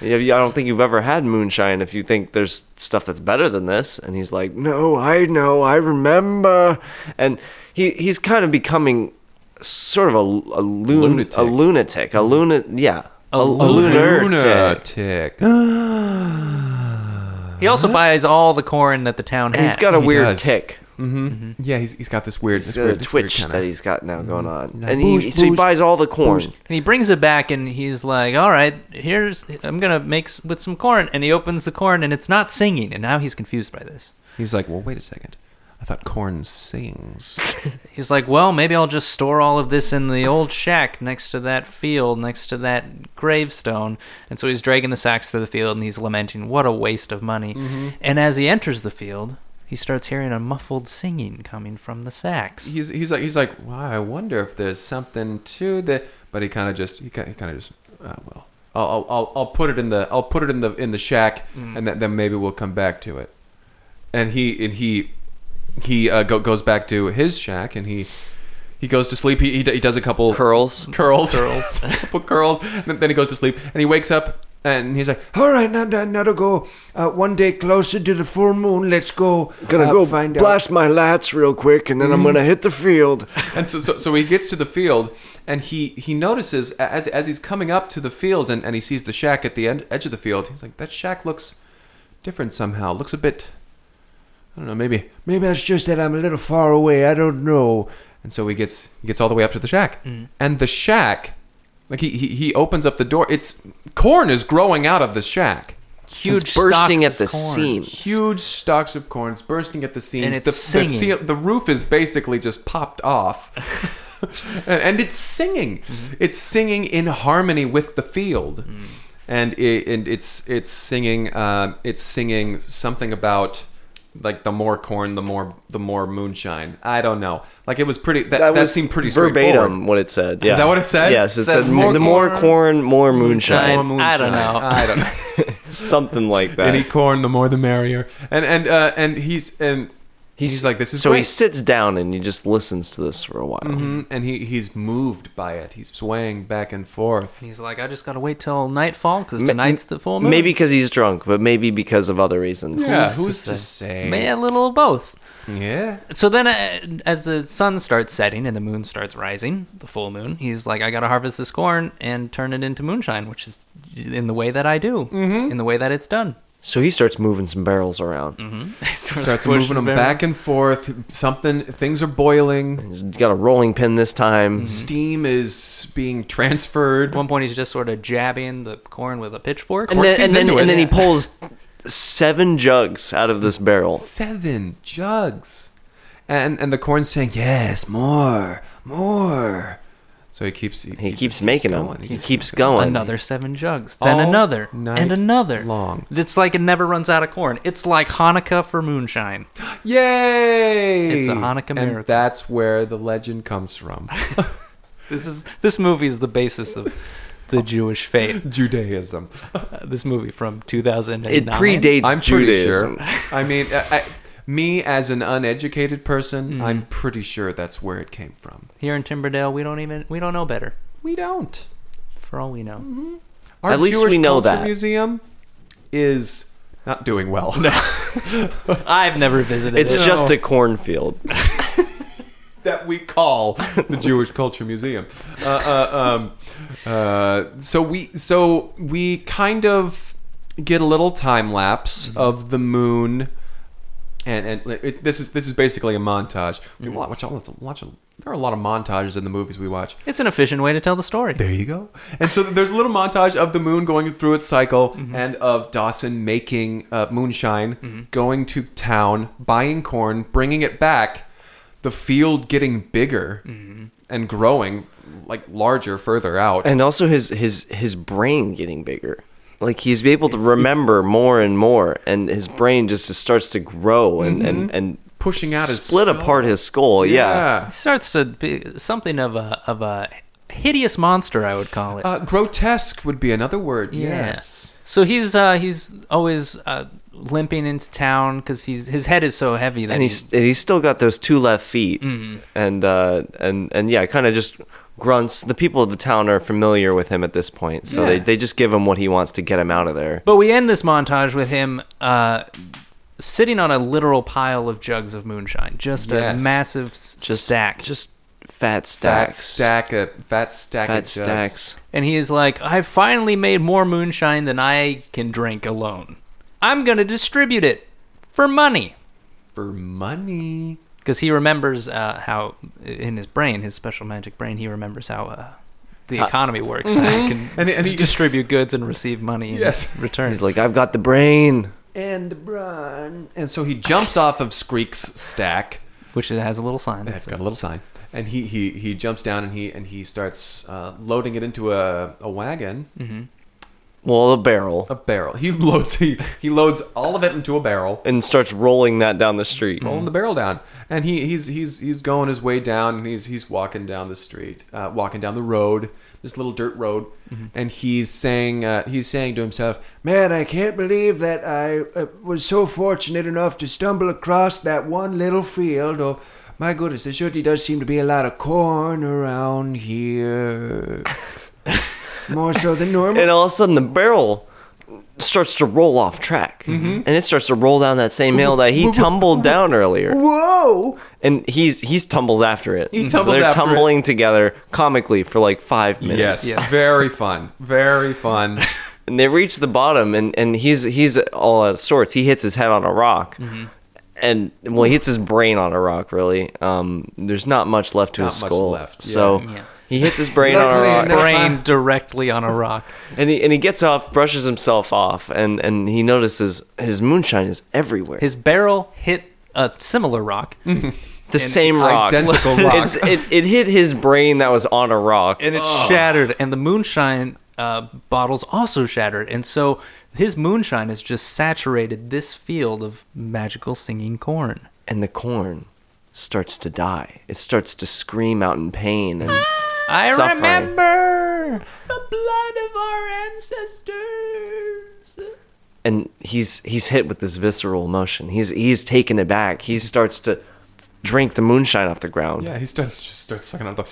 Yeah, I don't think you've ever had moonshine if you think there's stuff that's better than this. And he's like, No, I know, I remember. And he he's kind of becoming sort of a, a loon, Lunatic. a lunatic, a luna, yeah, a, Mm-hmm. lunatic He also buys all the corn that the town And has. he's got a He weird does. tick, Mm-hmm. yeah he's he's got this weird Mm-hmm. he's this got weird a this weird twitch kinda- Mm-hmm. that he's got now going on. And he so he buys all the corn. And he brings it back and he's like, "All right, here's I'm gonna make s- with some corn." And he opens the corn and it's not singing, and now he's confused by this. He's like, well, wait a second. I thought corn sings. He's like, well, maybe I'll just store all of this in the old shack next to that field, next to that gravestone. And so he's dragging the sacks through the field and he's lamenting, what a waste of money. Mm-hmm. And as he enters the field, he starts hearing a muffled singing coming from the sacks. he's he's like he's like, wow. I wonder if there's something to the. But he kind of just he kind of just uh, well. I'll, I'll, I'll, I'll put it in the I'll put it in the in the shack and th- then maybe we'll come back to it. And he and he he uh, go, goes back to his shack and he he goes to sleep. He he, d- he does a couple Curls. curls curls couple curls. And then he goes to sleep and he wakes up and he's like, All right, now, now, now to go. Uh, one day closer to the full moon, let's go. Gonna uh, go find out. blast my lats real quick, and then Mm-hmm. I'm gonna hit the field. and so, so so he gets to the field and he he notices a- as as he's coming up to the field and, and he sees the shack at the end, edge of the field he's like that shack looks different somehow looks a bit i don't know maybe Maybe it's just that I'm a little far away. I don't know. and so he gets he gets all the way up to the shack and the shack like he, he he opens up the door it's corn is growing out of the shack Huge it's bursting stalks at of the corn. seams. huge stalks of corn's bursting at the seams And it's the, singing. The, seal- the roof is basically just popped off Mm-hmm. Mm. and, and it's singing it's singing in harmony with the field and it, and it's it's singing um, it's singing something about like the more corn, the more the more moonshine. I don't know. Like it was pretty. That, that, was seemed pretty straightforward. verbatim what it said. Yeah. that what it said? Yes, it Said said, more the more corn, more moonshine, More moonshine. I don't know. I don't know. something like that. Any corn, the more the merrier. And and uh, and he's and he's, like this is so he great. sits down and he just listens to this for a while. Mhm, and he he's moved by it. He's swaying back and forth. He's like, I just gotta wait till nightfall because tonight's the full moon. Maybe because he's drunk, but maybe because of other reasons. Yeah, to who's to say? say? May a little of both. Yeah. So then, uh, as the sun starts setting and the moon starts rising, the full moon, he's like, I gotta harvest this corn and turn it into moonshine, which is in the way that I do, Mm-hmm. in the way that it's done. So he starts moving some barrels around. Mm-hmm. starts Starts pushing moving them barrels. back and forth. Something, things are boiling. He's got a rolling pin this time. Steam is being transferred. At one point, he's just sort of jabbing the corn with a pitchfork. And then, seems and, then, into it. and then he Yeah. pulls seven jugs out of this barrel. Seven jugs. And and the corn's saying, "Yes, more, more." So he keeps he, He keeps making them. going. He keeps going. another seven jugs, then All another, night and another. long. It's like it never runs out of corn. It's like Hanukkah for moonshine. Yay! It's a Hanukkah miracle. And that's where the legend comes from. This is this movie is the basis of the Jewish faith. Judaism. Uh, this movie from 2009. It predates I'm pretty Judaism. sure. I mean, I, I, me as an uneducated person, Mm-hmm. I'm pretty sure that's where it came from. Here in Timberdale, we don't even we don't know better. We don't. For all we know, Our At least Jewish we know Culture that. museum is not doing well. I've never visited. It's it. just a cornfield. that we call the Jewish Culture Museum. Uh, uh, um, uh, so we so we kind of get a little time Mm-hmm. lapse of the moon, and and it, this is this is basically a montage. Mm-hmm. We wa- watch all this, watch. A, there are a lot of montages in the movies we watch. It's an efficient way to tell the story. There you go. And so there's a little montage of the moon going through its cycle and of Dawson making uh, moonshine, going to town, buying corn, bringing it back, the field getting bigger and growing, like larger further out. and also his his his brain getting bigger like he's able to remember more and more and his brain just starts to grow and and, and Mm-hmm. Pushing out his split skull. apart his skull yeah, It starts to be something of a of a hideous monster. I would call it. Oh, Uh, grotesque would be another word. Yes. So he's uh, he's always uh, limping into town because he's his head is so heavy that and he's. he's and he's still got those two left feet Mm-hmm. and uh and and yeah kind of just grunts the people of the town are familiar with him at this point so they, Yeah. they just give him what he wants to get him out of there But we end this montage with him uh, sitting on a literal pile of jugs of moonshine, just Yes. a massive s- just stack. just fat Fat stacks stack of fat stack fat of jugs. stacks and he is like, "I've finally made more moonshine than I can drink alone. I'm gonna distribute it for money." for money. Because he remembers uh, how, in his brain, his special magic brain, he remembers how uh, the economy works. And I can And- and he- distribute goods and receive money in Yes. return. he's like i've got the brain And the brun. And so he jumps off of Screek's stack. which has a little sign. And it's got a little sign. And he, he, he jumps down and he and he starts uh, loading it into a, a wagon, well a barrel a barrel. He loads he, he loads all of it into a barrel, and starts rolling that down the street. rolling the barrel down. And he, he's he's he's going his way down and he's he's walking down the street, uh, walking down the road, this little dirt road, and he's saying uh, he's saying to himself, Man, I can't believe that I uh, was so fortunate enough to stumble across that one little field. Oh, my goodness, there certainly does seem to be a lot of corn around here. More so than normal. And all of a sudden, the barrel starts to roll off track, Mm-hmm. and it starts to roll down that same hill that he tumbled down earlier. Whoa! And he's he's tumbles after it. He tumbles they're after it. tumbling together comically for like five minutes. "Yes, very fun, very fun." And they reach the bottom, and and he's he's all out of sorts. He hits his head on a rock. Mm-hmm. And well, he hits his brain on a rock. Really, um, there's not much left to Not his much skull. left, yeah. So Yeah. he hits his brain on a Luckily rock. enough, brain directly on a rock. And he and he gets off, brushes himself off, and and he notices his moonshine is everywhere. His barrel hit a similar rock, and the same it's rock, identical rock. It's, it it hit his brain that was on a rock. it shattered. And the moonshine uh, bottles also shattered. And so his moonshine has just saturated this field of magical singing corn. and the corn starts to die. It starts to scream out in pain and I suffering. remember. And he's he's hit with this visceral emotion. He's he's taken aback. He starts to drink the moonshine off the ground. Yeah, he starts just starts sucking out the.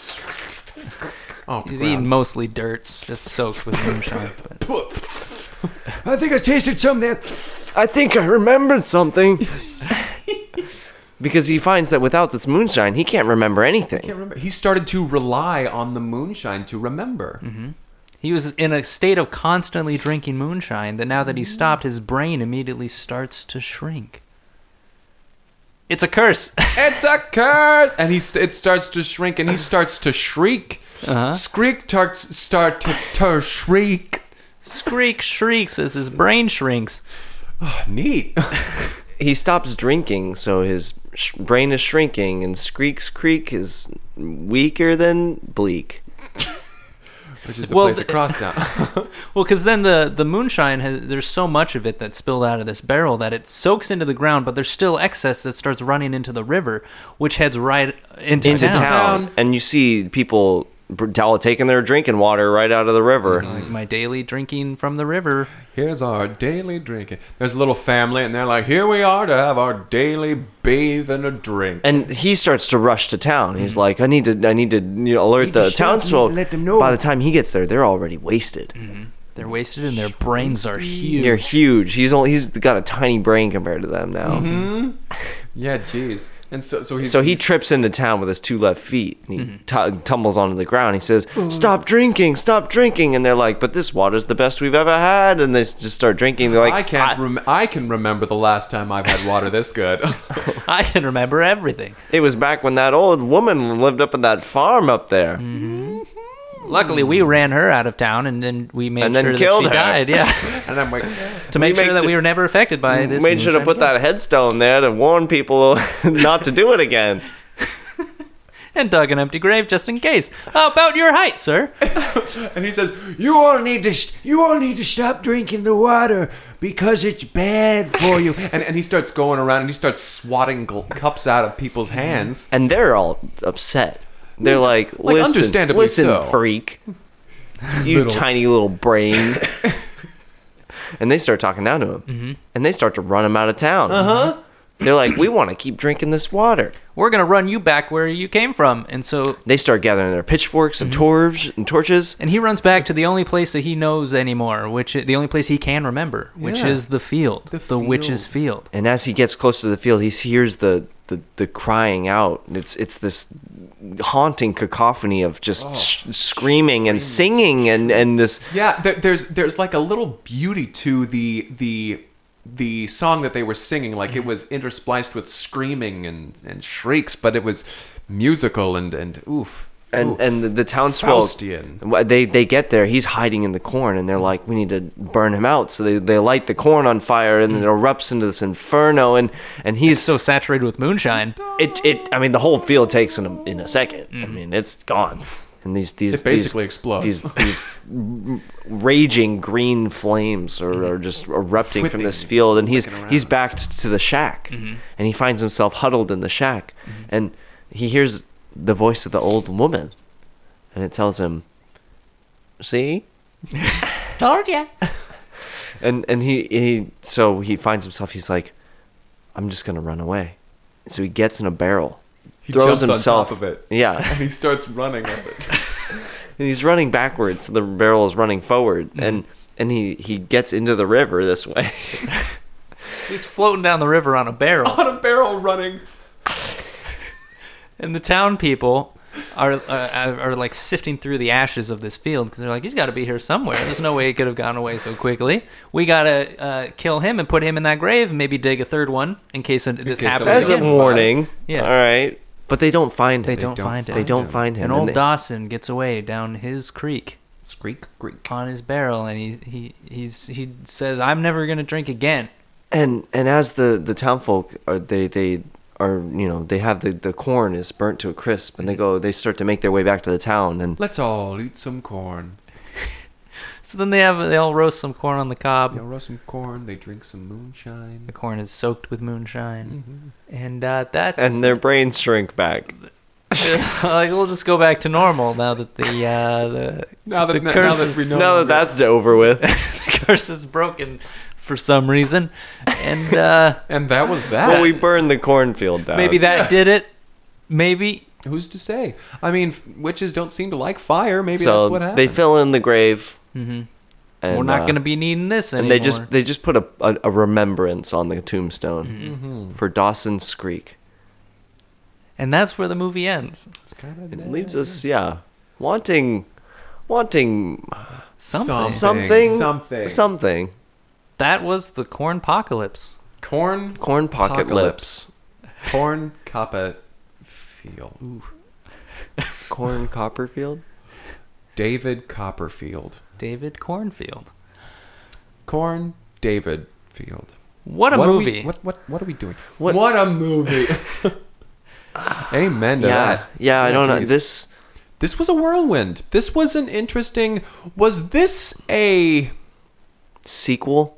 Oh, He's eating mostly dirt, just soaked with moonshine. But I think I tasted some there. I think I remembered something. because he finds that without this moonshine, he can't remember anything. can't remember. He started to rely on the moonshine to remember. he was in a state of constantly drinking moonshine that now that he stopped, his brain immediately starts to shrink. It's a curse. It's a curse, and he st- it starts to shrink, and he starts to shriek, uh-huh. shriek, tarts start to, to shriek. Screech shrieks as his brain shrinks. Ah, Neat. He stops drinking, so his sh- brain is shrinking, and Screek's Creek is weaker than Bleak. Which is the Well, place th- across town. Well, because then the the moonshine has there's so much of it that's spilled out of this barrel that it soaks into the ground, but there's still excess that starts running into the river, which heads right into, Into town. town. and you see people br- towel taking their drinking water right out of the river. Like my daily drinking from the river. Here's our daily drinking. There's a little family, and they're like, "Here we are to have our daily bathe and a drink." And he starts to rush to town. He's like, "I need to, I need to you know, alert stop the and townsfolk." let them know. By the time he gets there, they're already wasted. They're wasted and their brains are They're huge. huge. He's only, he's got a tiny brain compared to them now. Yeah, jeez. And so, so he's So he trips into town with his two left feet and he Mm-hmm. tu- tumbles onto the ground. He says, Stop drinking, stop drinking. And they're like, But this water's the best we've ever had. And they s- just start drinking. They're like, I can't. Rem- I can remember the last time I've had water this good. I can remember everything. It was back when that old woman lived up in that farm up there. Mm. Luckily, we ran her out of town and then we made Mm. And then sure that killed she her. died. Yeah, and I'm like, to make make sure that the- we were never affected by this. Made sure to moonshine put again. that headstone there to warn people not to do it again. and dug an empty grave just in case. How about your height, sir? and he says, You all need to st- you all need to stop drinking the water because it's bad for you. and, and he starts going around and he starts swatting gl- cups out of people's hands. And they're all upset. They're like, Listen, understandably listen so." freak. You tiny little brain. and they start talking down to him. And they start to run him out of town. Uh huh. They're like, We want to keep drinking this water. We're gonna run you back where you came from. And so They start gathering their pitchforks and, torch- and torches. And he runs back to the only place that he knows anymore, which the only place he can remember, which Yeah. is the field, the, witch's field. And as he gets close to the field, he hears the, the, the crying out. And It's, it's this haunting cacophony of just sh- Oh, screaming and singing and, and this Yeah, there, there's there's like a little beauty to the the the song that they were singing. Like it was interspliced with screaming and, and shrieks, but it was musical and and oof. and oof. and the, the townsfolk Faustian. wh- they they get there he's hiding in the corn and they're like we need to burn him out so they, they light the corn on fire and it erupts into this inferno and and he's So saturated with moonshine. it it i mean the whole field takes in a, in a 2nd i mean it's gone and these these It basically these, explodes. these, these raging green flames are, are just erupting from this Whipping, field and he's he's backed to the shack and he finds himself huddled in the shack and he hears the voice of the old woman and it tells him see Told ya. and and he he so he finds himself he's like i'm just gonna run away so he gets in a barrel He throws jumps on himself top of it. yeah and he starts running with it. and he's running backwards so the barrel is running forward and and he he gets into the river this way He's floating down the river on a barrel, on a barrel running. and the town people are uh, are are, like sifting through the ashes of this field because they're like, he's got to be here somewhere. There's no way he could have gone away so quickly. We gotta uh, kill him and put him in that grave, and maybe dig a third one in case it- this case happens as a someone- again. warning Yes. all right but they don't find him They don't find they it. don't find him And old they- Dawson gets away down his creek. Screak, creak. on his barrel and he he he's he says I'm never going to drink again. and and as the the townfolk are they they are you know they have the the corn is burnt to a crisp and they go they start to make their way back to the town and Let's all eat some corn. So then they have they all roast some corn on the cob. They roast some corn. They drink some moonshine. The corn is soaked with moonshine, Mm-hmm. and uh, that's and their brains shrink back. like we'll just go back to normal now that the uh, the Now that, the now, curse that is- we know now that that's over with, the curse is broken for some reason, and uh, and that was that. well, we burned the cornfield down. maybe that did it. Maybe Who's to say? I mean, f- witches don't seem to like fire. Maybe so that's what happened. they fill in the grave. Mhm. And, we're not uh, going to be needing this And anymore. they just they just put a, a, a remembrance on the tombstone for Dawson's Creek. and that's where the movie ends. It's kind of It leaves us, yeah, wanting, wanting Something. something, Something. something. That was the corn apocalypse. corn. Corn pocket Apocalypse. Corn copper field. Ooh. lips. Corn Copperfield. David Copperfield. David Cornfield. Corn David Field. What a what Are movie! we, what what what are we doing? What- What, a movie! Amen to Yeah, that. yeah. I don't know. geez. This this was a whirlwind. This was an interesting. Was this a? sequel.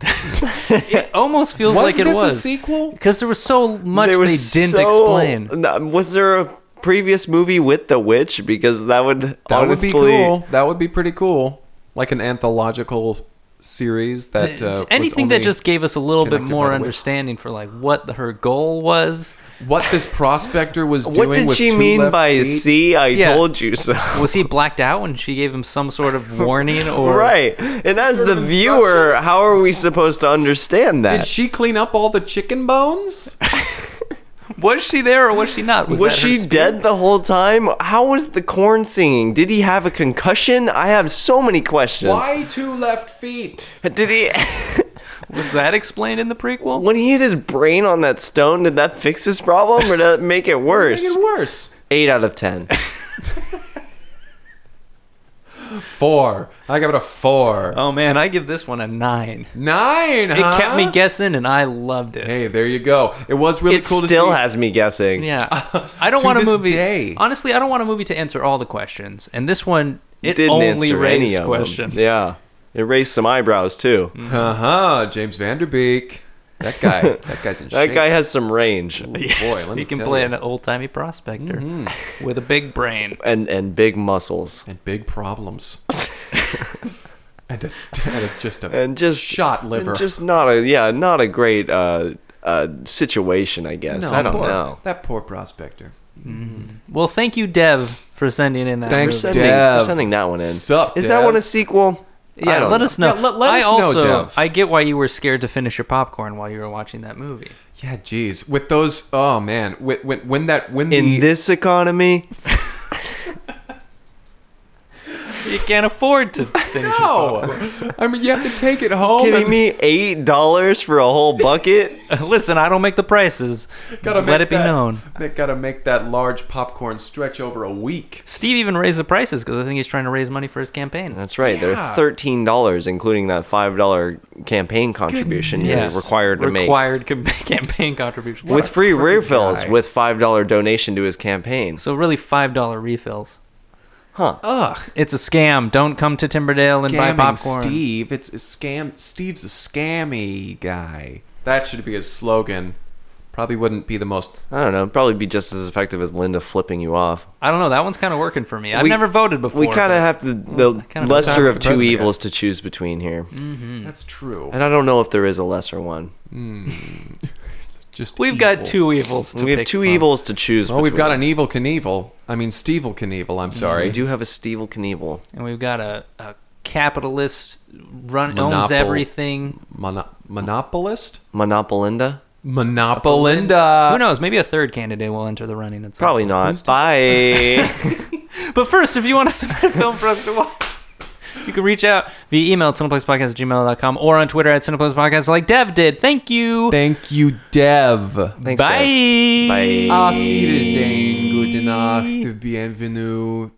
it almost feels Was like it this a was sequel? because there was so much There they was didn't so- explain. No, Was there a previous movie with the witch? Because that would That honestly, would be cool. That would be pretty cool. Like an anthological series that uh, was anything that only just gave us a little bit connected by more the witch. understanding for like what the, her goal was what this prospector was doing. What did with she two mean left by feet. "see"? I Yeah. told you so. was he blacked out when she gave him some sort of warning or right, and as the viewer, how are we supposed to understand that? Did she clean up all the chicken bones? was she there or was she not was was, that her she sp- dead the whole time? How was the corn singing? Did he have a concussion? I have so many questions. Why two left feet? Did he? was that explained in the prequel when he hit his brain on that stone, did that fix his problem or did that make it worse? Make it worse. Eight out of ten. Four. I give it a four. oh man i give this one a nine Nine. it kept me guessing and i loved it Hey, there you go. It was really it cool to still see. has me guessing. yeah i don't To want a this movie day. honestly i don't want a movie to answer all the questions and this one it Didn't only answer raised any of questions them. Yeah, it raised some eyebrows too. uh huh. James Vanderbeek. That guy. That guy's in That shape. guy has some range Ooh, Yes, boy, let he me can tell Mm-hmm. play you. an old timey prospector with a big brain. and and big muscles and big problems. and a, and a, just a and just shot and liver. just not a yeah, not a great uh, uh, situation. I guess I don't poor- know. That poor prospector. Well, thank you, Dev, for sending in that. We're Thanks, movie. sending, Dev. we're sending that one in. Sup, Is that Dev? one a sequel? I Yeah, don't let us know. Yeah, let- let I us know, also, Dev. I get why you were scared to finish your popcorn while you were watching that movie. Yeah, geez. With those, oh man, when when, when that when the In this economy, You can't afford to finish. no, oh, I mean you have to take it home. kidding and- me? Eight dollars for a whole bucket? Your... Listen, I don't make the prices. Gotta Let make it be that- known. They gotta make that large popcorn stretch over a week. Steve even raised the prices because I think he's trying to raise money for his campaign. That's right. They're thirteen dollars, including that five dollar campaign contribution Yes. you're required to make. required com- campaign contribution. with free refills guy. with five dollar donation to his campaign. so really five dollar refills. Huh. Ugh. It's a scam. Don't come to Timberdale and buy Scamming popcorn. Steve. It's a scam. Steve's a scammy guy. That should be his slogan. Probably wouldn't be the most. I don't know. It'd probably be just as effective as Linda flipping you off. I don't know. That one's kind of working for me. I've We- never voted before. we kind but- of have to the kinda time lesser with of the two president, I evils guess. to choose between here, Hmm. That's true. and I don't know if there is a lesser one. Just We've evil. got two evils. To we have pick two from. evils to choose. Oh, we've between. got an evil Knievel. I mean, Stevel Knievel. I'm sorry. We do have a Stevel Knievel. and we've got a, a capitalist run owns Monopol- everything. Mono- monopolist? Monopolinda? Who Monopolinda. knows? Maybe a third candidate will enter the running. At some Uh, Probably not. Bye. point. But first, if you want to submit a film for us to watch, you can reach out via email at cineplexpodcast at gmail.com or on Twitter at cineplexpodcast like Dev did. Thank you. Thank you, Dev. Thanks, Bye. Dave. Bye. Auf Wiedersehen. Gute Nacht. Bienvenue.